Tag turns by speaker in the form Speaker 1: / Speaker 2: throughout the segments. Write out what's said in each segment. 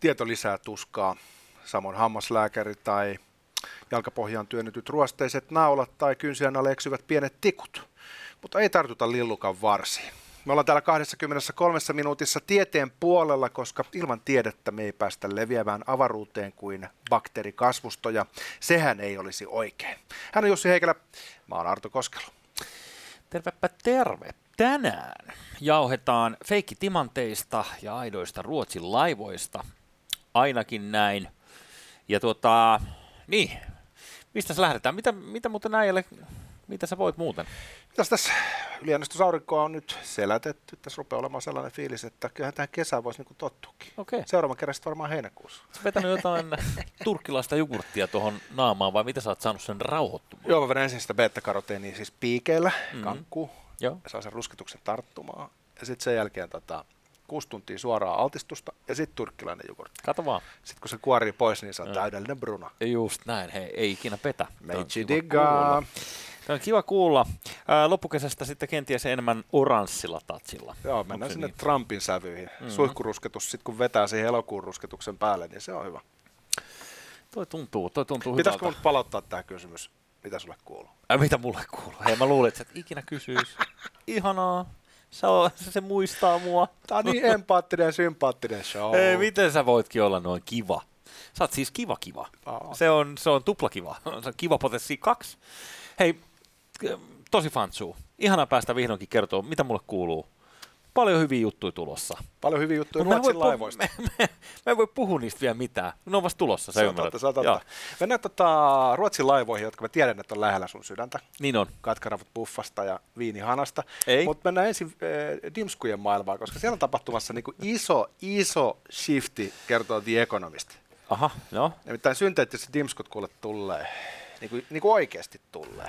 Speaker 1: tieto lisää tuskaa. Samoin hammaslääkäri tai jalkapohjaan työnnetyt ruosteiset naulat tai kynsien alle eksyvät pienet tikut. Mutta ei tartuta lillukan varsiin. Me ollaan täällä 23 minuutissa tieteen puolella, koska ilman tiedettä me ei päästä leviämään avaruuteen kuin bakteerikasvusto, ja sehän ei olisi oikein. Hän on Jussi Heikelä, mä oon Arto Koskelo.
Speaker 2: Tervepä terve. Tänään jauhetaan feikkitimanteista ja aidoista Ruotsin laivoista, ainakin näin. Ja tuota, niin, mistä se lähdetään? Mitä, mitä muuten äijälle, mitä sä voit muuten?
Speaker 1: Mitäs tässä yliannostusaurinkoa on nyt selätetty. Tässä rupeaa olemaan sellainen fiilis, että kyllähän tähän kesään voisi niinku tottuukin.
Speaker 2: Okei.
Speaker 1: Seuraavan kerran sitten varmaan heinäkuussa.
Speaker 2: Sä vetänyt jotain turkkilaista jogurttia tuohon naamaan vai mitä sä oot saanut sen rauhoittumaan?
Speaker 1: Joo, mä vedän ensin sitä beta-karoteenia siis piikeillä,
Speaker 2: Mhm.
Speaker 1: mm-hmm. kankku,
Speaker 2: Joo.
Speaker 1: saa sen rusketuksen tarttumaan. Ja sitten sen jälkeen tota, kuusi tuntia suoraa altistusta ja sitten turkkilainen jogurtti.
Speaker 2: Kato vaan.
Speaker 1: Sitten kun se kuorii pois, niin se on täydellinen bruna.
Speaker 2: Just näin, hei, ei ikinä petä. Tää on
Speaker 1: Meitsi
Speaker 2: kiva
Speaker 1: diggaa.
Speaker 2: kuulla. Tää on kiva kuulla. Ää, loppukesästä sitten kenties enemmän oranssilla tatsilla.
Speaker 1: Joo,
Speaker 2: Onko
Speaker 1: mennään
Speaker 2: se
Speaker 1: sinne
Speaker 2: niin?
Speaker 1: Trumpin sävyihin. Mm-hmm. Suihkurusketus, sit kun vetää siihen elokuun rusketuksen päälle, niin se on hyvä.
Speaker 2: Toi tuntuu, toi tuntuu
Speaker 1: Pitäisikö
Speaker 2: hyvältä.
Speaker 1: mun palauttaa tämä kysymys? Mitä sulle kuuluu?
Speaker 2: Äh, mitä mulle kuuluu? Hei, mä luulin, että sä et ikinä kysyis. Ihanaa. Se, on, se muistaa mua.
Speaker 1: Tämä on niin empaattinen ja sympaattinen show.
Speaker 2: Ei, miten sä voitkin olla noin kiva? Sä oot siis kiva kiva.
Speaker 1: Aa.
Speaker 2: Se on, se on tuplakiva. Se on kiva potenssi kaksi. Hei, k- tosi fantsuu. Ihana päästä vihdoinkin kertoa, mitä mulle kuuluu. Paljon hyviä juttuja tulossa.
Speaker 1: Paljon hyviä juttuja
Speaker 2: Mut mä en voi
Speaker 1: Ruotsin
Speaker 2: puhu-
Speaker 1: laivoista.
Speaker 2: Mä, mä, mä en voi puhua niistä vielä mitään. Ne on vasta tulossa, sä
Speaker 1: Se on
Speaker 2: ymmärrät.
Speaker 1: totta, se on totta.
Speaker 2: Joo,
Speaker 1: Mennään tota Ruotsin laivoihin, jotka mä tiedän, että on lähellä sun sydäntä.
Speaker 2: Niin on.
Speaker 1: Katkaravut buffasta ja viinihanasta.
Speaker 2: Ei.
Speaker 1: Mutta mennään ensin äh, Dimskujen maailmaan, koska siellä on tapahtumassa niinku iso, iso shifti, kertoo The Economist.
Speaker 2: Aha, no.
Speaker 1: Nimittäin synteettiset dimskut kuule tulee. Niin kuin, niin kuin oikeasti tulee.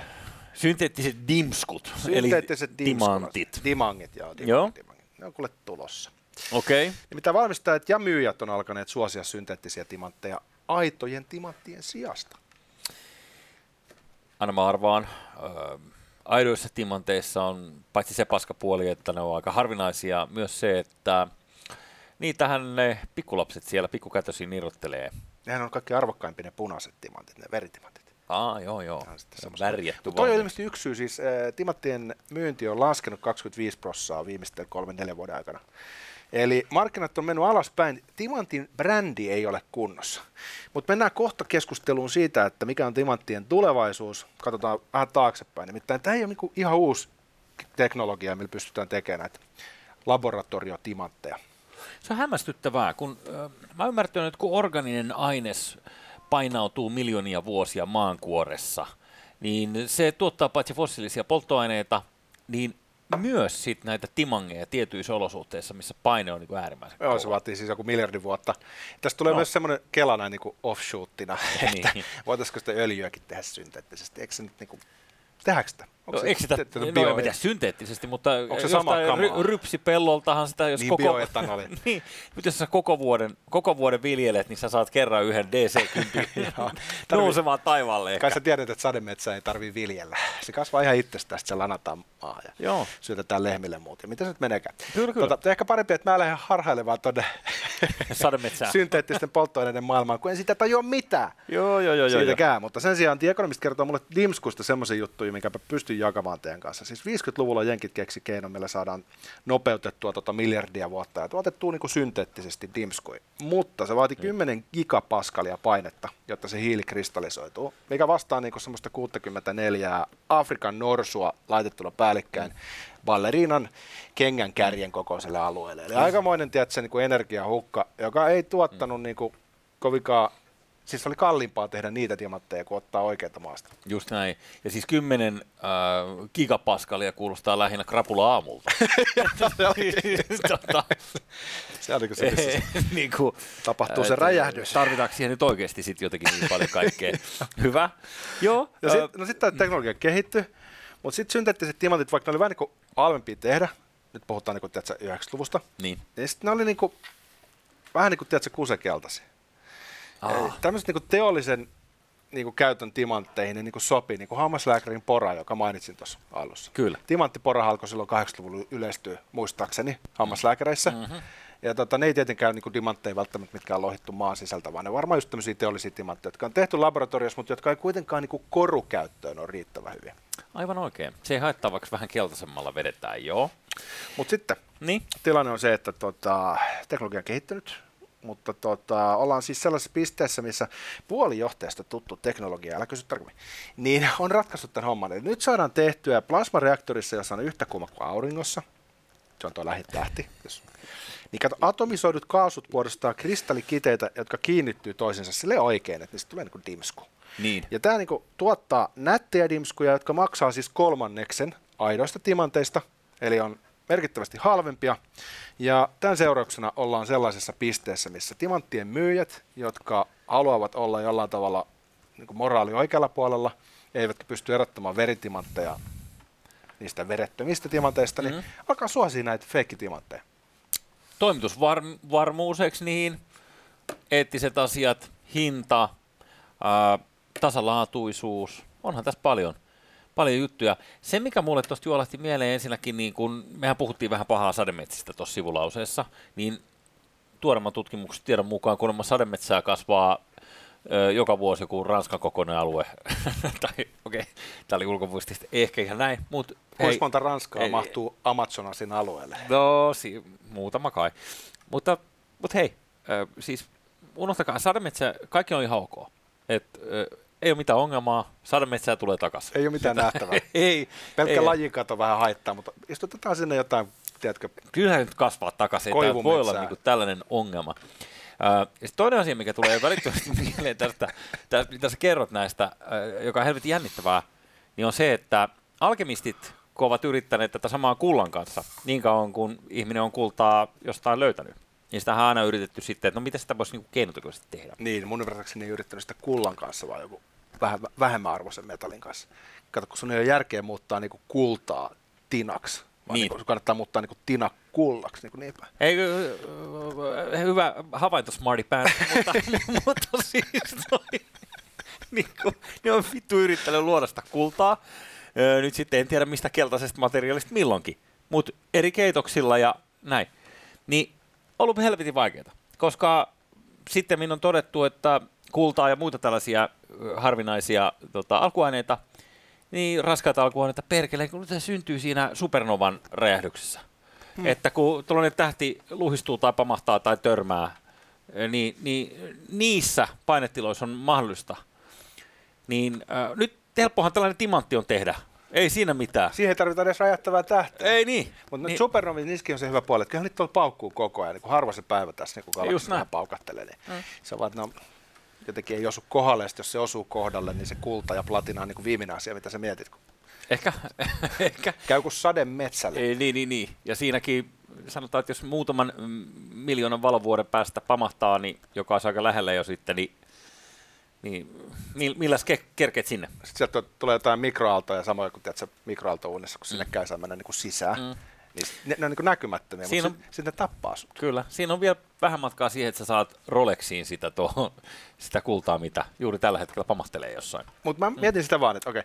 Speaker 2: Synteettiset dimskut, eli
Speaker 1: Synteettiset dimskut.
Speaker 2: timantit.
Speaker 1: Dimangit, joo. Dimangit,
Speaker 2: Joo.
Speaker 1: joo. Dimangit. Ne on kuule tulossa.
Speaker 2: Okei. Okay.
Speaker 1: Nimittäin valmistajat ja myyjät on alkaneet suosia synteettisiä timantteja aitojen timanttien sijasta.
Speaker 2: Anna mä arvaan. Öö, aidoissa timanteissa on paitsi se paskapuoli, että ne on aika harvinaisia, myös se, että niitähän ne pikkulapset siellä pikkukätösiin irrottelee.
Speaker 1: Nehän on kaikki arvokkaimpia ne punaiset timantit, ne veritimantit.
Speaker 2: Aa, joo, joo.
Speaker 1: Tää on sitten
Speaker 2: Se on
Speaker 1: semmoista-
Speaker 2: värjätty
Speaker 1: Mut toi on
Speaker 2: valmis.
Speaker 1: ilmeisesti yksi syy, siis äh, timanttien myynti on laskenut 25 prossaa viimeisten kolmen neljän vuoden aikana. Eli markkinat on mennyt alaspäin. Timantin brändi ei ole kunnossa. Mutta mennään kohta keskusteluun siitä, että mikä on timanttien tulevaisuus. Katsotaan vähän taaksepäin. Nimittäin tämä ei ole niinku ihan uusi teknologia, millä pystytään tekemään näitä laboratoriotimantteja.
Speaker 2: Se on hämmästyttävää, kun ö, mä ymmärtän, että kun organinen aines painautuu miljoonia vuosia maankuoressa, niin se tuottaa paitsi fossiilisia polttoaineita, niin myös sit näitä timangeja tietyissä olosuhteissa, missä paine on niin kuin äärimmäisen
Speaker 1: Joo,
Speaker 2: kova.
Speaker 1: se vaatii siis joku miljardi vuotta. Tässä tulee
Speaker 2: No.
Speaker 1: no. myös semmoinen kela näin niin offshootina, että
Speaker 2: Niin.
Speaker 1: voitaisiko sitä öljyäkin tehdä synteettisesti. Eikö se nyt niin kuin, tehdäänkö sitä?
Speaker 2: No, eikö sitä,
Speaker 1: te- te-
Speaker 2: no,
Speaker 1: bio-
Speaker 2: bio, mitä synteettisesti, mutta
Speaker 1: se sama
Speaker 2: jostain
Speaker 1: kamaa?
Speaker 2: ry, rypsipelloltahan sitä, jos
Speaker 1: Niin,
Speaker 2: koko,
Speaker 1: bioetanoli.
Speaker 2: niin, mutta jos sä koko vuoden, koko vuoden viljelet, niin sä saat kerran yhden DC-kympin nousemaan taivaalle ehkä.
Speaker 1: Kai sä tiedät, että sademetsää ei tarvitse viljellä. Se kasvaa ihan itsestään, sitten se lanataan maahan ja
Speaker 2: Joo.
Speaker 1: syötetään lehmille muuta. Miten se nyt menekään?
Speaker 2: Kyllä, kyllä.
Speaker 1: Tota, ehkä parempi, että mä lähden harhailemaan tuonne
Speaker 2: Sademetsään.
Speaker 1: synteettisten polttoaineiden maailmaan, kun en sitä tajua mitään.
Speaker 2: Joo, joo, joo. joo, joo.
Speaker 1: siitäkään, mutta sen sijaan The Economist kertoo mulle Dimskusta semmoisia juttuja, minkä mä pystyn jakamaan teidän kanssa. Siis 50-luvulla jenkit keksi keinon, millä saadaan nopeutettua tuota miljardia vuotta ja tuotettua niin synteettisesti Dimskui. Mutta se
Speaker 2: Mm.
Speaker 1: vaati 10 gigapaskalia painetta, jotta se hiili kristallisoituu, mikä vastaa niin semmoista 64 Afrikan norsua laitettuna päällekkäin balleriinan kengän kärjen kokoiselle alueelle.
Speaker 2: Mm.
Speaker 1: Eli aikamoinen tiedätkö, niin energiahukka, joka ei tuottanut niin kuin kovinkaan Siis oli kalliimpaa tehdä niitä timantteja kuin ottaa oikeita maasta.
Speaker 2: Just näin. Ja siis 10 äh, gigapaskalia kuulostaa lähinnä krapula aamulta. tota,
Speaker 1: Se oli, kun se pisti se-
Speaker 2: niin kuin,
Speaker 1: Tapahtuu se
Speaker 2: et,
Speaker 1: räjähdys.
Speaker 2: Tarvitaanko siihen nyt oikeasti sit jotenkin niin paljon kaikkea? Hyvä. Joo.
Speaker 1: ja
Speaker 2: äh,
Speaker 1: sit, no sitten tämä teknologia kehittyi, mutta sitten synteettiset timantit, vaikka ne oli vähän niin halvempia tehdä, nyt puhutaan niin kuin, tiedätkö, 90-luvusta,
Speaker 2: Niin.
Speaker 1: niin sitten ne oli niin kuin, vähän niin kuin tiedätkö, kusekeltaisia.
Speaker 2: Ah.
Speaker 1: Tämmöiset niin teollisen niin kuin käytön timantteihin ne niin kuin sopii, niin kuin hammaslääkärin pora, joka mainitsin tuossa alussa.
Speaker 2: Kyllä.
Speaker 1: Timanttipora alkoi silloin 80-luvulla yleistyä, muistaakseni, hammaslääkäreissä. Mm-hmm. Ja tota, ne ei tietenkään niin timantteja välttämättä, mitkä on lohittu maan sisältä, vaan ne varmaan just tämmöisiä teollisia timantteja, jotka on tehty laboratoriossa, mutta jotka ei kuitenkaan niin korukäyttöön ole riittävän hyviä.
Speaker 2: Aivan oikein. Se ei haittaa, vaikka vähän keltaisemmalla vedetään, joo.
Speaker 1: Mutta sitten
Speaker 2: Niin,
Speaker 1: tilanne on se, että tota, teknologia on kehittynyt, mutta tota, ollaan siis sellaisessa pisteessä, missä puolijohteesta tuttu teknologia, älä kysy tarkemmin, niin on ratkaissut tämän homman. Eli nyt saadaan tehtyä plasmareaktorissa, jossa on yhtä kuuma kuin auringossa, se on tuo lähitähti, jos niin kato, atomisoidut kaasut muodostaa kristallikiteitä, jotka kiinnittyy toisiinsa sille oikein, että niistä tulee niin kuin dimsku.
Speaker 2: niin.
Speaker 1: Ja tämä niinku tuottaa nättejä dimskuja, jotka maksaa siis kolmanneksen aidoista timanteista, eli on merkittävästi halvempia. Ja tämän seurauksena ollaan sellaisessa pisteessä, missä timanttien myyjät, jotka haluavat olla jollain tavalla niin moraali oikealla puolella, eivätkä pysty erottamaan veritimantteja niistä verettömistä timanteista, niin mm. alkaa suosia näitä feikkitimanteja.
Speaker 2: Toimitusvarmuus, eikö niin? Eettiset asiat, hinta, ää, tasalaatuisuus. Onhan tässä paljon, paljon juttuja. Se, mikä mulle tuosta juolahti mieleen ensinnäkin, niin kun mehän puhuttiin vähän pahaa sademetsistä tuossa sivulauseessa, niin tuoreimman tutkimuksen tiedon mukaan kuulemma sademetsää kasvaa ö, joka vuosi joku Ranskan kokoinen alue. tai okei, okay, tämä oli ulkopuolisesti ehkä ihan näin, mutta
Speaker 1: Kuinka monta Ranskaa
Speaker 2: ei-
Speaker 1: ei, mahtuu Amazonasin alueelle?
Speaker 2: No, si- muutama kai. Mutta, mutta hei, ö, siis unohtakaa, sademetsä, kaikki on ihan ok. Et, ö, ei ole mitään ongelmaa, sademetsää tulee takaisin.
Speaker 1: Ei ole mitään nähtävää.
Speaker 2: ei,
Speaker 1: Pelkkä
Speaker 2: ei.
Speaker 1: ei. lajikato vähän haittaa, mutta istutetaan sinne jotain, tiedätkö,
Speaker 2: Kyllähän nyt kasvaa takaisin, ei tämä voi olla
Speaker 1: Koivumetsää.
Speaker 2: niinku tällainen ongelma. Ö, Ja sit toinen asia, mikä tulee välittömästi mieleen tästä, tästä, mitä sä kerrot näistä, ö, joka on helvetin jännittävää, niin on se, että alkemistit, kun ovat yrittäneet tätä samaa kullan kanssa, niin kauan kun ihminen on kultaa jostain löytänyt, niin sitä on aina yritetty sitten, että no mitä sitä voisi niinku keinotekoisesti tehdä.
Speaker 1: niin mun ymmärtääkseni ei yrittänyt sitä kullan kanssa, vaan joku vähän, vähemmän arvoisen metallin kanssa. Kato, kun sun ei ole järkeä muuttaa niinku kultaa tinaksi, vaan
Speaker 2: Niin.
Speaker 1: niin. niinku, sun kannattaa muuttaa niinku tina kullaksi, niinku niinpä.
Speaker 2: Ei, ö, ö, hyvä havainto, Smarty Pants, mutta, mutta siis toi, niin kuin, ne on vittu yrittänyt luoda sitä kultaa. Ö, Nyt sitten en tiedä mistä keltaisesta materiaalista milloinkin, mutta eri keitoksilla ja näin. Niin ollut helvetin vaikeaa, koska sitten minun on todettu, että kultaa ja muita tällaisia ö, harvinaisia tota, alkuaineita, niin raskaita alkuaineita perkeleen, kun se syntyy siinä supernovan räjähdyksessä. Hmm. Että kun tuollainen tähti luhistuu tai pamahtaa tai törmää, ö, niin, niin niissä painetiloissa on mahdollista. Niin äh, nyt helppohan tällainen timantti on tehdä. Ei siinä mitään.
Speaker 1: Siihen ei tarvita edes räjähtävää tähteä.
Speaker 2: Ei niin.
Speaker 1: Mutta
Speaker 2: niin.
Speaker 1: niin. supernovin niski on se hyvä puoli, että kyllähän niitä tuolla paukkuu koko ajan, niin kun harva se päivä tässä, niin kun
Speaker 2: Just
Speaker 1: galaksi
Speaker 2: näin.
Speaker 1: vähän paukattelee, niin mm. se on vaan, että no, jotenkin ei osu kohdalle, ja sit jos se osuu kohdalle, niin se kulta ja platina on niin kuin viimeinen asia, mitä sä mietit. kun-
Speaker 2: Ehkä, ehkä
Speaker 1: Käy kuin sade metsälle.
Speaker 2: Ei, niin, niin, niin. Ja siinäkin sanotaan, että jos muutaman mm, miljoonan valovuoden päästä pamahtaa, niin joka on aika lähellä jo sitten, niin, niin mi- milläs ke- kerket sinne?
Speaker 1: sitten sieltä tu- tulee jotain mikroaaltoja, samoin kuin tiedätkö, mikroaaltouunissa, kun sinne
Speaker 2: Mm.
Speaker 1: käy semmoinen niin kuin sisään. Mm. Niin sit- ne, ne on niin kuin näkymättömiä,
Speaker 2: Siinä
Speaker 1: mutta sitten ne tappaa sut.
Speaker 2: Kyllä. Siinä on vielä vähän matkaa siihen, että sä saat Rolexiin sitä, tuohon, sitä kultaa, mitä juuri tällä hetkellä pamahtelee jossain.
Speaker 1: Mutta
Speaker 2: Mm.
Speaker 1: mä mietin sitä vaan, että okei,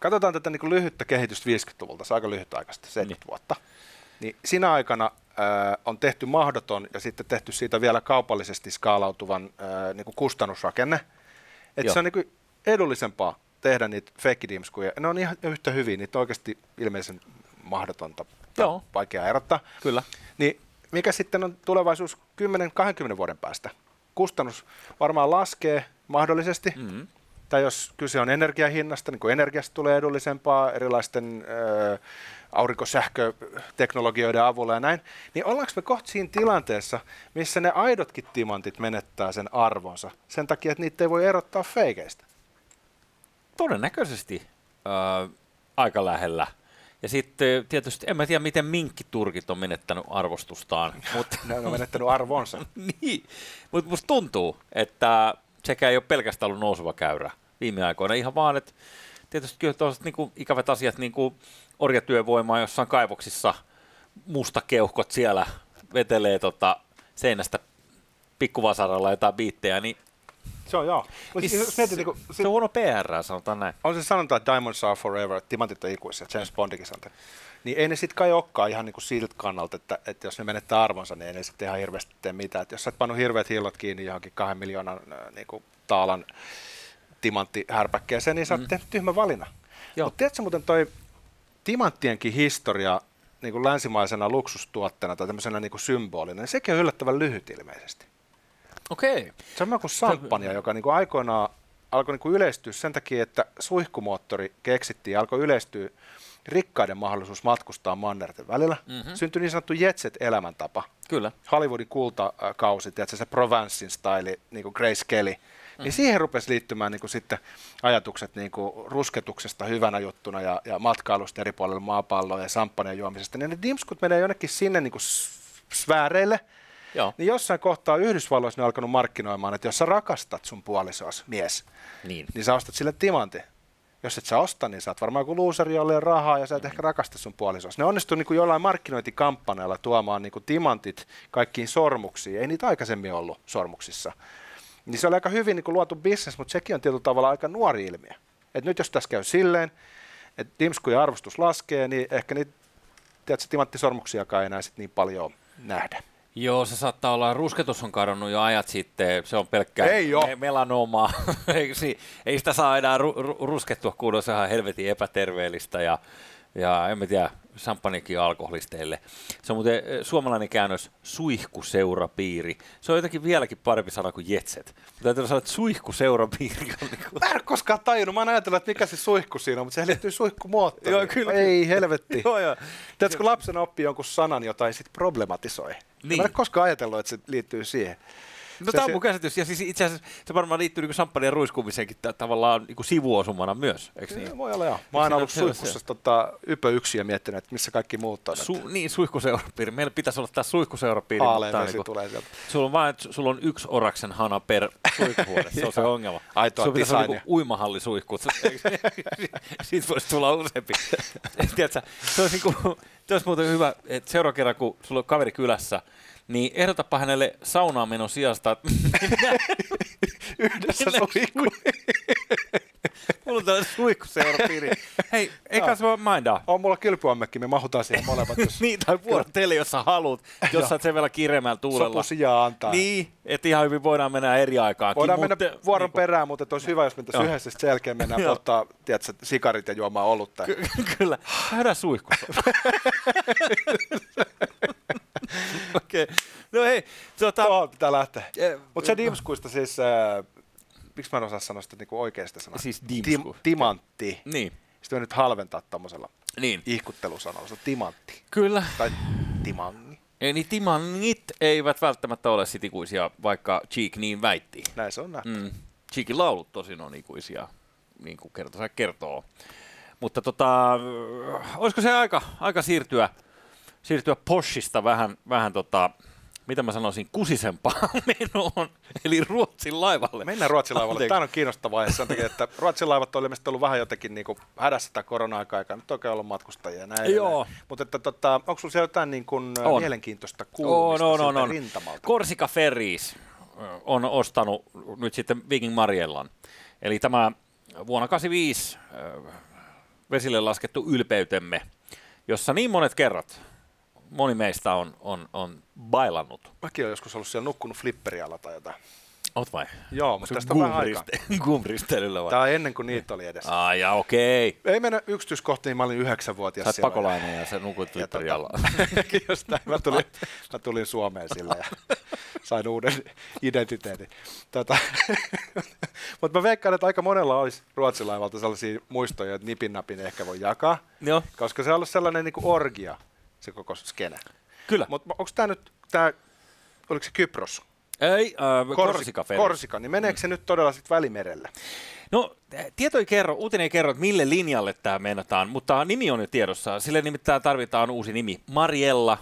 Speaker 1: katsotaan tätä niin kuin lyhyttä kehitystä 50-luvulta, se on aika lyhyt aikaista, 70 vuotta. Niin sinä aikana ö, on tehty mahdoton ja sitten tehty siitä vielä kaupallisesti skaalautuvan ö, niin kuin kustannusrakenne.
Speaker 2: Joo.
Speaker 1: Että se on niin kuin edullisempaa tehdä niitä feikkidimskuja. Ne on ihan yhtä hyviä, niitä on oikeasti ilmeisen mahdotonta, tai
Speaker 2: Joo.
Speaker 1: vaikea erottaa.
Speaker 2: Kyllä.
Speaker 1: Niin mikä sitten on tulevaisuus 10-20 vuoden päästä? Kustannus varmaan laskee mahdollisesti, mm-hmm. tai jos kyse on energiahinnasta, niin kuin energiasta tulee edullisempaa erilaisten ö, aurinkosähköteknologioiden avulla ja näin, niin ollaanko me kohta siinä tilanteessa, missä ne aidotkin timantit menettää sen arvonsa sen takia, että niitä ei voi erottaa feikeistä?
Speaker 2: Todennäköisesti öö, aika lähellä. Ja sitten tietysti, en mä tiedä, miten minkkiturkit on menettänyt arvostustaan, mutta
Speaker 1: Ne on menettänyt arvonsa.
Speaker 2: niin, mutta musta tuntuu, että sekä ei ole pelkästään ollut nouseva käyrä viime aikoina, ihan vaan, että tietysti kyllä tuollaiset niinku ikävät asiat, niin kuin orjatyövoimaa jossain kaivoksissa, mustakeuhkot siellä vetelee tota seinästä pikkuvasaralla jotain biittejä, niin
Speaker 1: Se on joo. Mut siis, jos mietit,
Speaker 2: se,
Speaker 1: niin kuin,
Speaker 2: se on huono PR, sanotaan näin.
Speaker 1: on se sanonta, että diamonds are forever, että timantit on ikuisia, James Bondikin sanoi. Niin ei ne sitten kai olekaan ihan niinku siltä kannalta, että, että jos ne menettää arvonsa, niin ei ne sitten ihan hirveästi tee mitään. Että jos sä et pannut hirveät hillot kiinni johonkin kahden miljoonan äh, niinku, taalan timanttihärpäkkeeseen, niin sä oot mm. tehnyt tyhmän valinnan.
Speaker 2: Joo.
Speaker 1: Mutta tiedätkö muuten toi timanttienkin historia niin kuin länsimaisena luksustuotteena tai tämmöisenä niin kuin symbolina, niin sekin on yllättävän lyhyt ilmeisesti.
Speaker 2: Okei. Okay.
Speaker 1: Sama kuin samppania, joka niin kuin aikoinaan alkoi niin kuin yleistyä sen takia, että suihkumoottori keksittiin ja alkoi yleistyä rikkaiden mahdollisuus matkustaa mannerten välillä. Mm-hmm. Syntyi niin sanottu jetset-elämäntapa.
Speaker 2: Kyllä.
Speaker 1: Hollywoodin kultakausi, tiedätkö, se Provencein staili, niin kuin Grace Kelly, niin siihen rupesi liittymään niin kuin sitten ajatukset niin kuin rusketuksesta hyvänä juttuna ja, ja matkailusta eri puolilla maapalloa ja samppanjan juomisesta. Niin ne dimskut menee jonnekin sinne niin kuin s- sfääreille,
Speaker 2: Joo.
Speaker 1: niin jossain kohtaa Yhdysvalloissa ne on alkanut markkinoimaan, että jos sä rakastat sun puolisoas, mies,
Speaker 2: Niin.
Speaker 1: niin sä ostat sille timantin. Jos et sä osta, niin sä oot varmaan joku luuseri, jolle ei ole rahaa ja sä
Speaker 2: Niin.
Speaker 1: et ehkä rakasta sun puolisoas. Ne onnistuu niin kuin jollain markkinointikampanjalla tuomaan niin kuin timantit kaikkiin sormuksiin. Ei niitä aikaisemmin ollut sormuksissa. Niin se oli aika hyvin niin kuin luotu bisnes, mutta sekin on tietyllä tavalla aika nuori ilmiö. Et nyt jos tässä käy silleen, että dimskujen arvostus laskee, niin ehkä niitä tiedätkö, timanttisormuksiakaan ei enää sit niin paljon nähdä.
Speaker 2: Joo, se saattaa olla, rusketus on kadonnut jo ajat sitten, se on pelkkää
Speaker 1: Ei oo.
Speaker 2: me- melanomaa, Eikö si- ei sitä saa enää ru- ru- ruskettua, kuuluu se on ihan helvetin epäterveellistä ja, ja en mä tiedä, samppanikin alkoholisteille. Se on muuten eh, suomalainen käännös suihkuseurapiiri. Se on jotenkin vieläkin parempi sana kuin jetset. Mutta täytyy sanoa, että suihkuseurapiiri on niin kuin...
Speaker 1: Mä en ole koskaan tajunnut. Mä oon ajatellut, että mikä se suihku siinä on, mutta se liittyy suihkumoottoriin.
Speaker 2: Joo, kyllä.
Speaker 1: Ei helvetti.
Speaker 2: Joo, joo.
Speaker 1: Tiedätkö, kun lapsena oppii jonkun sanan, jota ei sitten problematisoi. Niin. Mä en
Speaker 2: Niin.
Speaker 1: ole koskaan ajatellut, että se liittyy siihen.
Speaker 2: No
Speaker 1: Se-
Speaker 2: tämä on
Speaker 1: se-
Speaker 2: mun käsitys, ja siis itse asiassa se varmaan liittyy niin samppanien ruiskumiseenkin ta- tavallaan niin sivuosumana myös, eikö niin?
Speaker 1: Niin. Voi olla joo. Mä oon aina ollut
Speaker 2: Siinä on
Speaker 1: suihkussa tota, ypö yksi ja miettinyt, että missä kaikki muut on. Su-
Speaker 2: Su, niin, suihkuseurapiiri. Meillä pitäisi olla tämä suihkuseurapiiri.
Speaker 1: Aaleen
Speaker 2: tää niinku-
Speaker 1: vesi tulee sieltä.
Speaker 2: Sulla on vain, että sulla on yksi oraksen hana per suihkuhuone. Se on se ongelma.
Speaker 1: Aitoa
Speaker 2: Sulla pitäisi olla
Speaker 1: designia.
Speaker 2: niinku uimahallisuihku. Siitä voisi tulla useampi. Tiedätkö, se olisi, niinku, se olisi muuten hyvä, että seuraavan kerran, kun sulla on kaveri kylässä, niin ehdotapa hänelle saunaan menon sijasta, että
Speaker 1: Yhdessä
Speaker 2: Mennään
Speaker 1: suihku.
Speaker 2: mulla on tällainen suihkuseurapiiri. Hei, eikä se vaan mindaa.
Speaker 1: On mulla kylpyammekki, me mahutaan siihen molemmat. Jos
Speaker 2: Niin, tai vuorotelle, jos sä haluat, jos sä et sen vielä kireemmällä tuulella.
Speaker 1: sopu sijaa antaa.
Speaker 2: Niin, että ihan hyvin voidaan mennä eri aikaan.
Speaker 1: Voidaan mennä
Speaker 2: niin
Speaker 1: vuoron perään, mutta että olisi hyvä, jos mentäisiin
Speaker 2: Joo.
Speaker 1: yhdessä, sitten sen jälkeen mennään
Speaker 2: Joo.
Speaker 1: ottaa tiedätkö, sikarit ja juomaan olutta.
Speaker 2: Ky- kyllä, käydään suihkussa. Okei, no hei, tota,
Speaker 1: Tuohon pitää lähteä.
Speaker 2: Eh,
Speaker 1: Mutta se dimskuista siis, äh, miksi mä en osaa sanoa sitä niinku oikeasta sanaa?
Speaker 2: Siis dimsku.
Speaker 1: timantti.
Speaker 2: niin,
Speaker 1: Sitten mä nyt halventaa tommosella
Speaker 2: niin,
Speaker 1: ihkuttelusanalla. Se on timantti.
Speaker 2: kyllä.
Speaker 1: Tai timangi.
Speaker 2: Ei, niin timangit eivät välttämättä ole sit ikuisia, vaikka Cheek niin väitti.
Speaker 1: Näin se on nähty.
Speaker 2: Mm. Cheekin laulut tosin on ikuisia, niin kuin kertoo, kertoo. Mutta tota, olisiko se aika, aika siirtyä, siirtyä Porschista vähän, vähän tota, mitä mä sanoisin, kusisempaan menoon, eli Ruotsin laivalle.
Speaker 1: Mennään Ruotsin laivalle.
Speaker 2: Anteeksi.
Speaker 1: Tämä on kiinnostavaa ja sen takia, että Ruotsin laivat on ilmeisesti ollut vähän jotenkin niinku hädässä tai korona-aikaa, eikä nyt oikein ollut matkustajia ja näin.
Speaker 2: Joo.
Speaker 1: Mutta että, tota, onko sinulla siellä jotain niin kuin,
Speaker 2: On.
Speaker 1: mielenkiintoista
Speaker 2: Oo,
Speaker 1: kuulumista sieltä rintamalta?
Speaker 2: no, Korsika Ferries ö, on ostanut nyt sitten Viking Mariellan. Eli tämä vuonna 85 ö, vesille laskettu ylpeytemme, jossa niin monet kerrat moni meistä on, on, on bailannut.
Speaker 1: Mäkin olen joskus ollut siellä nukkunut flipperialla tai jotain.
Speaker 2: Oot vai?
Speaker 1: Joo, mutta tästä on vähän aikaa.
Speaker 2: Gumristelyllä vai?
Speaker 1: Tämä on ennen kuin
Speaker 2: Niin.
Speaker 1: niitä oli edes.
Speaker 2: Ai ja okei. Okay.
Speaker 1: Ei mennä yksityiskohtiin, mä olin yhdeksänvuotias
Speaker 2: Sä oot
Speaker 1: silloin.
Speaker 2: pakolainen ja sä nukuit
Speaker 1: Ja tota,
Speaker 2: Twitterialla.
Speaker 1: Just näin, mä tulin, mä tulin Suomeen sillä ja sain uuden identiteetin. Tota, Mutta mä veikkaan, että aika monella olisi Ruotsin laivalta sellaisia muistoja, että nipin napin ehkä voi jakaa,
Speaker 2: Joo,
Speaker 1: koska se on ollut sellainen niin orgia, se koko skene.
Speaker 2: kyllä.
Speaker 1: Mutta onko tämä nyt, tää, oliko se Kypros?
Speaker 2: Ei, äh, Korsika
Speaker 1: Korsi-
Speaker 2: Ferries.
Speaker 1: Korsika, niin meneekö
Speaker 2: Mm.
Speaker 1: se nyt todella sitten Välimerelle?
Speaker 2: No, tieto ei kerro, uutinen ei kerro, että mille linjalle tämä menotaan, mutta nimi on jo tiedossa. Sille nimittäin tarvitaan uusi nimi. Mariella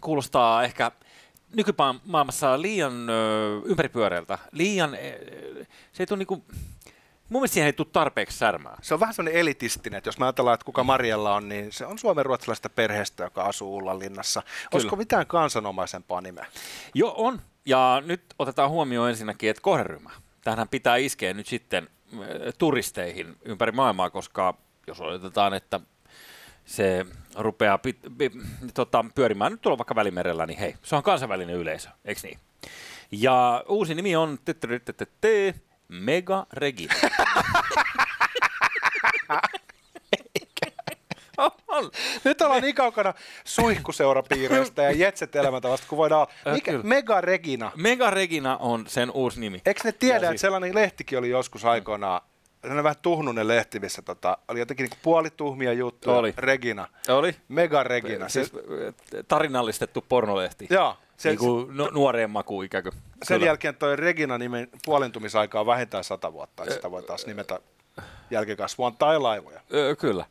Speaker 2: kuulostaa ehkä nykymaailmassa liian ö, ympäripyöreältä. Liian, ö, se ei tule niinku, mun mielestä siihen ei tule tarpeeksi särmää.
Speaker 1: Se on vähän semmoinen elitistinen, että jos me ajatellaan, että kuka Mariella on, niin se on suomen ruotsalaisesta perheestä, joka asuu Ullanlinnassa. Olisiko mitään kansanomaisempaa nimeä?
Speaker 2: Joo, on. Ja nyt otetaan huomioon ensinnäkin, että kohderyhmä. Tähän pitää iskeä nyt sitten äh, turisteihin ympäri maailmaa, koska jos oletetaan, että se rupeaa pit, pit, tota, pyörimään nyt tuolla vaikka Välimerellä, niin hei, se on kansainvälinen yleisö, eikö niin? Ja uusi nimi on TTT Mega Regi. On, on.
Speaker 1: Nyt ollaan niin kaukana suihkuseurapiireistä ja jetset elämäntavasta, kun voidaan...
Speaker 2: Äh,
Speaker 1: Mikä?
Speaker 2: kyllä.
Speaker 1: Mega Regina.
Speaker 2: Mega Regina on sen uusi nimi.
Speaker 1: Eikö ne tiedä,
Speaker 2: Ja
Speaker 1: että
Speaker 2: siis-
Speaker 1: sellainen lehtikin oli joskus aikoinaan, sellainen vähän tuhnunen lehti, missä tota, oli jotenkin niin puolituhmia juttuja.
Speaker 2: Oli.
Speaker 1: Regina.
Speaker 2: Oli?
Speaker 1: Mega Regina.
Speaker 2: Siis
Speaker 1: se,
Speaker 2: äh, tarinallistettu pornolehti.
Speaker 1: joo, se,
Speaker 2: niin kuin nu- nuoreen makuun ikään kuin.
Speaker 1: sen
Speaker 2: Kyllä.
Speaker 1: jälkeen toi Regina-nimen puolentumisaika on vähintään sata vuotta, että sitä voi taas nimetä jälkikasvuaan tai laivoja.
Speaker 2: Ö, Kyllä,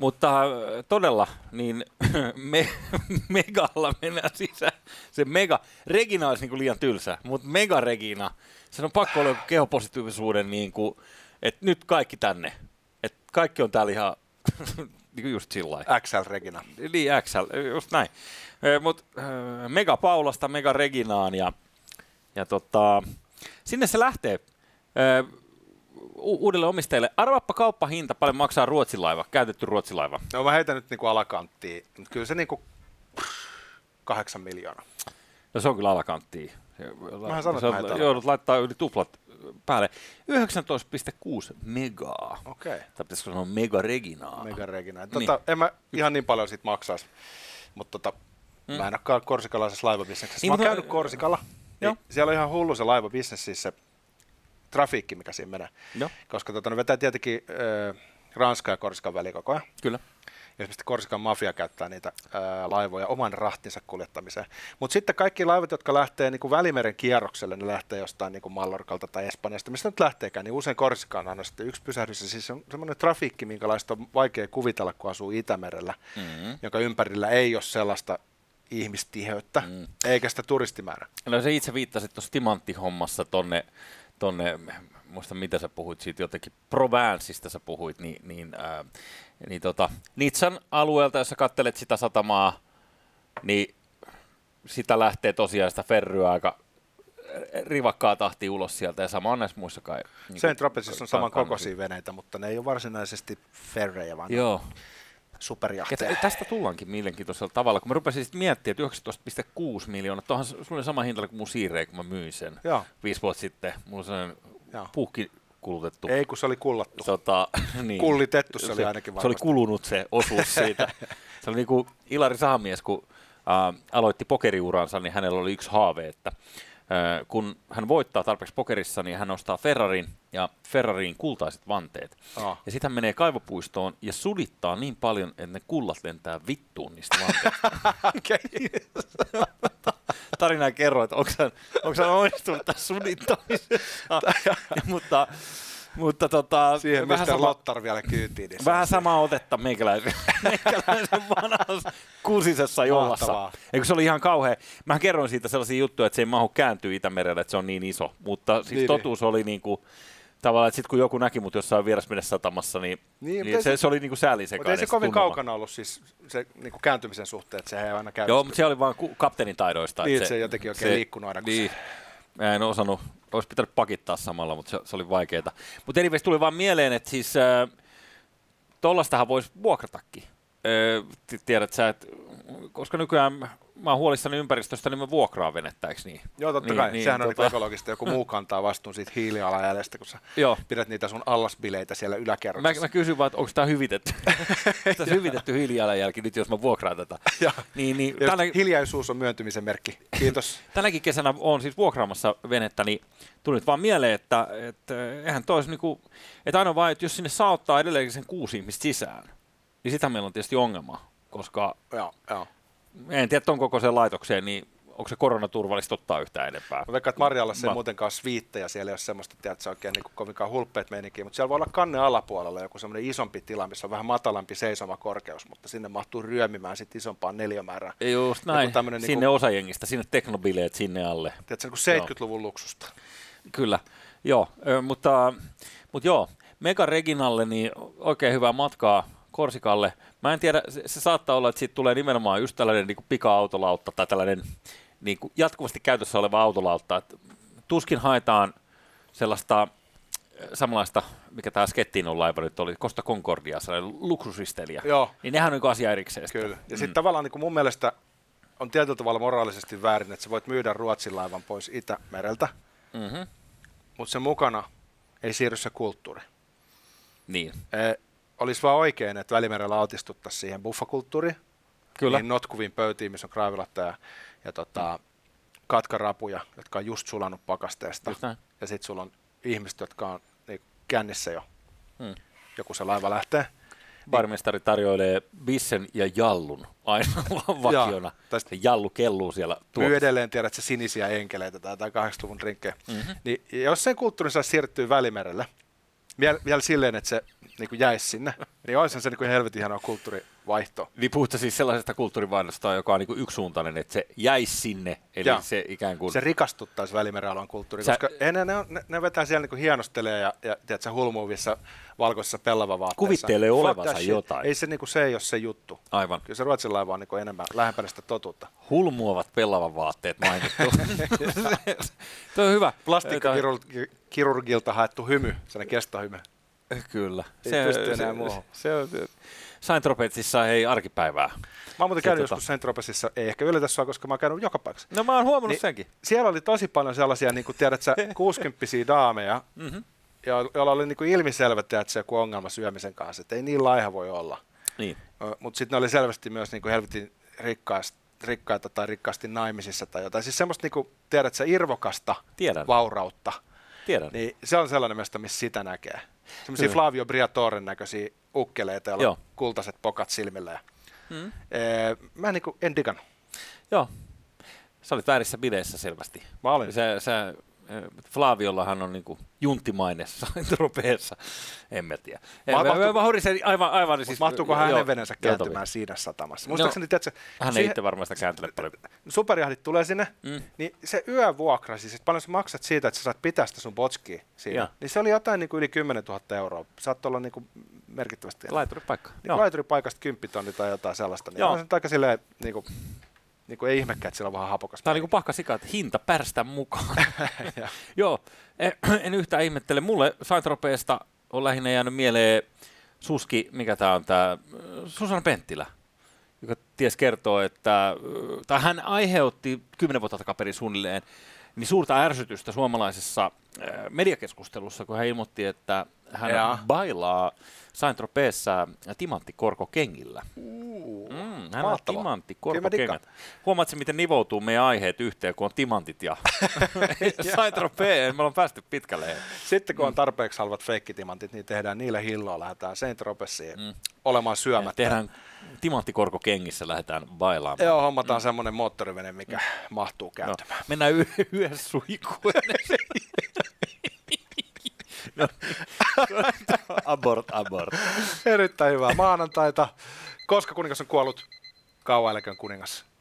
Speaker 2: mutta ö, todella, niin me, megalla mennään sisään. Se mega, Regina olisi niin kuin liian tylsä, mutta mega Regina, sen on pakko olla joku kehopositiivisuuden, niin kuin, että nyt kaikki tänne. Että kaikki on täällä ihan niin kuin just sillä lailla.
Speaker 1: XL Regina.
Speaker 2: Niin XL, just näin. Mutta mega Paulasta, mega Reginaan ja, ja tota, sinne se lähtee. Ö, u- uudelle omistajalle. Arvaappa kauppahinta, paljon maksaa ruotsilaiva, käytetty ruotsilaiva.
Speaker 1: No mä heitän nyt niinku alakanttiin, mutta kyllä se niinku kahdeksan miljoonaa.
Speaker 2: No se on kyllä alakanttiin.
Speaker 1: Mähän sanoin,
Speaker 2: Se
Speaker 1: että mä heitän
Speaker 2: on, joudut laittaa yli tuplat päälle. 19,6 megaa.
Speaker 1: Okei. Okay.
Speaker 2: Tai pitäisikö sanoa mega reginaa?
Speaker 1: Mega Regina. Tota,
Speaker 2: Niin.
Speaker 1: niin. En mä ihan niin paljon siitä maksaisi, mutta tota, mm. mä en olekaan korsikalaisessa laivabisneksessä.
Speaker 2: Niin,
Speaker 1: Mä oon
Speaker 2: mutta-
Speaker 1: käynyt Korsikalla.
Speaker 2: Joo.
Speaker 1: Niin siellä on ihan hullu se laivabisnes, siis se trafiikki, mikä siinä menee.
Speaker 2: Joo.
Speaker 1: Koska tota, ne vetää tietenkin äh, Ranskan ja Korsikan väliin koko ajan.
Speaker 2: Kyllä.
Speaker 1: Ja esimerkiksi Korsikan mafia käyttää niitä ää, laivoja oman rahtinsa kuljettamiseen. Mutta sitten kaikki laivat, jotka lähtee niin kuin Välimeren kierrokselle, ne lähtee jostain niin kuin Mallorkalta tai Espanjasta, mistä nyt lähteekään, niin usein Korsikaan on aina sitten yksi pysähdys. Ja siis se on semmoinen trafiikki, minkälaista on vaikea kuvitella, kun asuu Itämerellä, mm-hmm. jonka ympärillä ei ole sellaista ihmistiheyttä, mm. eikä sitä turistimäärää.
Speaker 2: No se itse viittasit tuossa timanttihommassa tonne, tonne, muista mitä sä puhuit siitä jotenkin, Provenceista sä puhuit, niin, niin, ää, niin tota, Nitsan alueelta, jos sä kattelet sitä satamaa, niin sitä lähtee tosiaan sitä ferryä aika rivakkaa tahtia ulos sieltä ja sama on näissä muissa kai.
Speaker 1: Niin
Speaker 2: niin
Speaker 1: Saint
Speaker 2: kuin-
Speaker 1: Tropezissa on
Speaker 2: kai-
Speaker 1: saman
Speaker 2: kannustin.
Speaker 1: kokoisia veneitä, mutta ne ei ole varsinaisesti ferrejä, vaan
Speaker 2: Joo. Ja
Speaker 1: superjahteja.
Speaker 2: tä- tästä tullaankin mielenkiintoisella tavalla, kun mä rupesin sitten miettimään, että 19,6 miljoonaa, tuohan sulle sama hinta kuin mun siireen, kun mä myin sen
Speaker 1: Joo.
Speaker 2: viisi vuotta sitten. Mulla on sellainen
Speaker 1: Joo.
Speaker 2: puhki kulutettu.
Speaker 1: Ei, kun se oli kullattu.
Speaker 2: Tota, niin.
Speaker 1: Kullitettu se oli ainakin
Speaker 2: Se oli
Speaker 1: varmasti.
Speaker 2: kulunut se osuus siitä. se oli niin kuin Ilari Sahamies, kun äh, aloitti pokeriuransa, niin hänellä oli yksi haave, että äh, kun hän voittaa tarpeeksi pokerissa, niin hän ostaa Ferrarin ja Ferrariin kultaiset vanteet.
Speaker 1: Aa.
Speaker 2: Ja sitten hän menee kaivopuistoon ja sulittaa niin paljon, että ne kullat lentää vittuun niistä vanteista.
Speaker 1: Okei.
Speaker 2: Tarinaa kerro, että onko hän, onko hän onnistunut tässä sulittamisessa. mutta, mutta tota,
Speaker 1: Siihen
Speaker 2: vähän
Speaker 1: mistä
Speaker 2: sama-
Speaker 1: Lottar vielä kyytiin. Niin se-
Speaker 2: Vähän samaa otetta meikäläisen, meikäläisen vanhassa kuusisessa jollassa.
Speaker 1: Mahtavaa.
Speaker 2: Eikö se oli ihan kauhea? Mä kerroin siitä sellaisia juttuja, että se ei mahu kääntyä Itämerellä, että se on niin iso. Mutta siis
Speaker 1: Niin,
Speaker 2: niin,
Speaker 1: niin.
Speaker 2: totuus oli niin kuin, tavallaan, että sitten kun joku näki mut jossain vierasmedessä satamassa,
Speaker 1: Niin,
Speaker 2: niin, niin,
Speaker 1: mutta
Speaker 2: niin
Speaker 1: ei
Speaker 2: se,
Speaker 1: se-
Speaker 2: se, oli niin kuin sääli se
Speaker 1: Mutta ei se kovin kaukana ollut siis se niin kuin kääntymisen suhteen, että se ei aina käy.
Speaker 2: Joo, mutta se oli vaan ku- kapteenin taidoista.
Speaker 1: Niin,
Speaker 2: että
Speaker 1: että se ei jotenkin oikein liikkunut aina, kun
Speaker 2: Niin. Mä en osannut, olisi pitänyt pakittaa samalla, mutta se, se oli vaikeaa. Mutta anyways, tuli vaan mieleen, että siis äh, tollastahan voisi vuokratakin. Äh, ti- tiedät sä, että koska nykyään mä oon huolissani ympäristöstä, niin mä vuokraan venettä, eikö niin?
Speaker 1: Joo, totta
Speaker 2: niin,
Speaker 1: kai. Niin, Sehän on
Speaker 2: tota-
Speaker 1: niin ekologista, joku muu kantaa vastuun siitä hiilijalanjäljestä, kun sä
Speaker 2: Joo.
Speaker 1: pidät niitä sun allasbileitä siellä
Speaker 2: Mä,
Speaker 1: yläkerroksessa.
Speaker 2: mä kysyn vaan, että onko tämä hyvitetty. onko tässä hyvitetty hiilijalanjälki nyt, jos mä vuokraan tätä?
Speaker 1: Ja-
Speaker 2: niin, niin,
Speaker 1: Ja
Speaker 2: tällä-
Speaker 1: just Hiljaisuus on myöntymisen merkki. Kiitos.
Speaker 2: Tänäkin kesänä on siis vuokraamassa venettä, niin tuli nyt vaan mieleen, että, että eihän tois niinku, että ainoa vaan, että jos sinne saa ottaa edelleenkin sen kuusi ihmistä sisään, niin sitä meillä on tietysti ongelma, koska
Speaker 1: joo, joo.
Speaker 2: en tiedä ton kokoiseen laitokseen, niin onko se koronaturvallista ottaa yhtään enempää.
Speaker 1: Mä veikkaan, että Marjallassa
Speaker 2: Mä-
Speaker 1: ei muutenkaan ole sviittejä, siellä ei ole semmoista, että se oikein niin kovinkaan hulppeet meininkiä, mutta siellä voi olla kannen alapuolella joku semmoinen isompi tila, missä on vähän matalampi seisomakorkeus, mutta sinne mahtuu ryömimään sit isompaan neljömäärään.
Speaker 2: Just näin,
Speaker 1: Joku tämmönen
Speaker 2: sinne
Speaker 1: niinku-
Speaker 2: osa jengistä, sinne teknobileet sinne alle.
Speaker 1: Tiedätkö, niin kuin 70-luvun luksusta.
Speaker 2: Kyllä, joo, ö, mutta, mutta joo, Mega Reginalle niin oikein hyvää matkaa Korsikalle. Mä en tiedä, se, se saattaa olla, että siitä tulee nimenomaan just tällainen niin pika-autolautta niinku tai tällainen niin jatkuvasti käytössä oleva autolautta. Et tuskin haetaan sellaista samanlaista, mikä tämä skettiin on laiva nyt oli, Costa Concordia, sellainen luksusristeilijä.
Speaker 1: Joo.
Speaker 2: Niin nehän on niin kuin asia erikseen. Mm.
Speaker 1: Kyllä. Ja sitten tavallaan niin kuin mun mielestä on tietyllä tavalla moraalisesti väärin, että sä voit myydä Ruotsin laivan pois Itämereltä,
Speaker 2: Mm-hmm.
Speaker 1: mutta sen mukana ei siirry se kulttuuri.
Speaker 2: Niin,
Speaker 1: Eh, olisi vaan oikein, että Välimerellä altistuttaisiin siihen buffakulttuuriin,
Speaker 2: kyllä.
Speaker 1: niin notkuviin pöytiin, missä on kraavilat ja, ja tota, katkarapuja, jotka on just sulanut pakasteesta.
Speaker 2: Just näin.
Speaker 1: Ja sitten sulla on ihmiset, jotka on niin, kännissä jo,
Speaker 2: Mm.
Speaker 1: joku se laiva lähtee.
Speaker 2: Barmestari tarjoilee bissen ja jallun aina vakiona.
Speaker 1: tai
Speaker 2: Ja,
Speaker 1: sit-
Speaker 2: jallu kelluu siellä
Speaker 1: myy
Speaker 2: tuossa.
Speaker 1: edelleen tiedät se sinisiä enkeleitä tai jotain 80-luvun rinkkejä.
Speaker 2: Mhm.
Speaker 1: Mm-hmm. Niin, jos sen kulttuurin saisi siirtyä Välimerelle, vielä, vielä silleen, että se niin kuin jäisi sinne, niin olisihan se niin kuin helvetin hienoa kulttuurivaihto.
Speaker 2: Niin puhutte siis sellaisesta kulttuurivaihdosta, joka on niin kuin yksisuuntainen, että se jäisi sinne, eli
Speaker 1: Joo.
Speaker 2: se ikään kuin...
Speaker 1: Se rikastuttaisi Välimeren alueen kulttuuri,
Speaker 2: Sä-
Speaker 1: koska ei ne, ne, on- ne, ne vetää siellä niin kuin hienostelee ja, ja tiedätkö, hulmuuvissa valkoisissa pellavavaatteissa.
Speaker 2: Kuvittelee
Speaker 1: Fuck
Speaker 2: olevansa
Speaker 1: that shit.
Speaker 2: jotain. Ah.
Speaker 1: Ei se, niin kuin, se ei ole se juttu.
Speaker 2: Aivan.
Speaker 1: Kyllä se Ruotsin laiva on niin kuin enemmän lähempänä sitä totuutta.
Speaker 2: Hulmuavat pelavan vaatteet mainittu. Tuo on hyvä.
Speaker 1: Plastikkakirurgilta haettu hymy, sellainen kestohymy.
Speaker 2: Tää- eh, Kyllä.
Speaker 1: Ei pysty enää muuhun.
Speaker 2: Se on... Saint-Tropezissa ei arkipäivää.
Speaker 1: Mä oon muuten
Speaker 2: Se
Speaker 1: käynyt
Speaker 2: tota-
Speaker 1: joskus Saint-Tropezissa, ei ehkä yllätä sua, koska mä oon käynyt joka paikassa.
Speaker 2: No mä oon huomannut
Speaker 1: Niin-
Speaker 2: niin. senkin.
Speaker 1: Siellä oli tosi paljon sellaisia, niin kuin tiedät sä, 60 daameja,
Speaker 2: Mhm.
Speaker 1: mm-hmm. joilla oli niin kuin ilmiselvä, tiedät sä, joku ongelma syömisen kanssa, että ei niin laiha voi olla.
Speaker 2: Niin.
Speaker 1: Mutta sitten ne oli selvästi myös niin kuin helvetin rikkaas, rikkaita tai rikkaasti naimisissa tai jotain. Siis semmoista, niin kuin, tiedät sä, irvokasta
Speaker 2: Tiedän.
Speaker 1: vaurautta.
Speaker 2: Tiedän. Niin.
Speaker 1: Niin se on sellainen mesta, missä sitä näkee. Semmoisia
Speaker 2: Kyllä.
Speaker 1: Flavio Briatoren näköisiä ukkeleita, joilla on
Speaker 2: Joo.
Speaker 1: kultaiset pokat silmillä. Ja,
Speaker 2: Mm.
Speaker 1: Ee, mä en, niin kuin, en digannut.
Speaker 2: Joo. Sä olit väärissä bileissä selvästi.
Speaker 1: Mä olin.
Speaker 2: Sä, sä, äh, Flaviollahan on niinku junttimainen Saint-Tropezissa. En mä tiedä. Eh, Mä,
Speaker 1: mahtu-
Speaker 2: mä, mä, mä horisin aivan, aivan siis...
Speaker 1: Siis, Mahtuuko
Speaker 2: joo,
Speaker 1: hänen
Speaker 2: joo,
Speaker 1: venensä
Speaker 2: joo, Tomi.
Speaker 1: kääntymään siinä satamassa? Muistaakseni, no, tiedätkö,
Speaker 2: Hän ei
Speaker 1: siihen,
Speaker 2: itse varmaan sitä kääntele paljon.
Speaker 1: superjahdit tulee sinne, mm.
Speaker 2: Mm.
Speaker 1: niin se yövuokra, siis että paljon sä maksat siitä, että sä saat pitää sitä sun botskiä siinä,
Speaker 2: Joo.
Speaker 1: niin se oli jotain niin kuin yli 10 000 euroa. Saat olla niin kuin merkittävästi.
Speaker 2: Laituri paikka.
Speaker 1: Niin laituripaikasta 10 tonni tai jotain sellaista. Niin
Speaker 2: Joo.
Speaker 1: on se nyt aika silleen, niin kuin, niin kuin ei ihmekään, että siellä on vähän hapokas.
Speaker 2: Tämä on niin pahka sika, että hinta pärstä mukaan.
Speaker 1: Ja-
Speaker 2: Joo, en, en yhtään ihmettele. Mulle Saint-Tropezsta on lähinnä jäänyt mieleen Suski, mikä tämä on tämä, Susan Penttilä, joka ties kertoo, että ö, tai hän aiheutti kymmenen vuotta takaperin suunnilleen niin suurta ärsytystä suomalaisessa ö, mediakeskustelussa, kun hän ilmoitti, että hän
Speaker 1: Jaa.
Speaker 2: bailaa Saint-Tropezssä timanttikorkokengillä.
Speaker 1: Uu,
Speaker 2: Mm, hän on
Speaker 1: mahtavaa.
Speaker 2: timantti,
Speaker 1: Kyllä mä dikkaan.
Speaker 2: korkokengät. Huomaatko, miten nivoutuu meidän aiheet yhteen, kun on timantit ja Saitro P, me ollaan päästy pitkälle.
Speaker 1: Sitten kun on tarpeeksi halvat feikkitimantit, niin tehdään niillä hilloa, lähdetään Saint Tropesiin mm. olemaan syömättä.
Speaker 2: Tehdään timanttikorkokengissä, lähdetään bailaamaan. No,
Speaker 1: Joo, hommataan mm. semmoinen moottorivene, mikä mm. mahtuu käyttämään.
Speaker 2: Mennään y- yhdessä suikuun. no, abort, abort.
Speaker 1: Erittäin hyvää maanantaita. Koska kuningas on kuollut, kauan eläköön kuningas.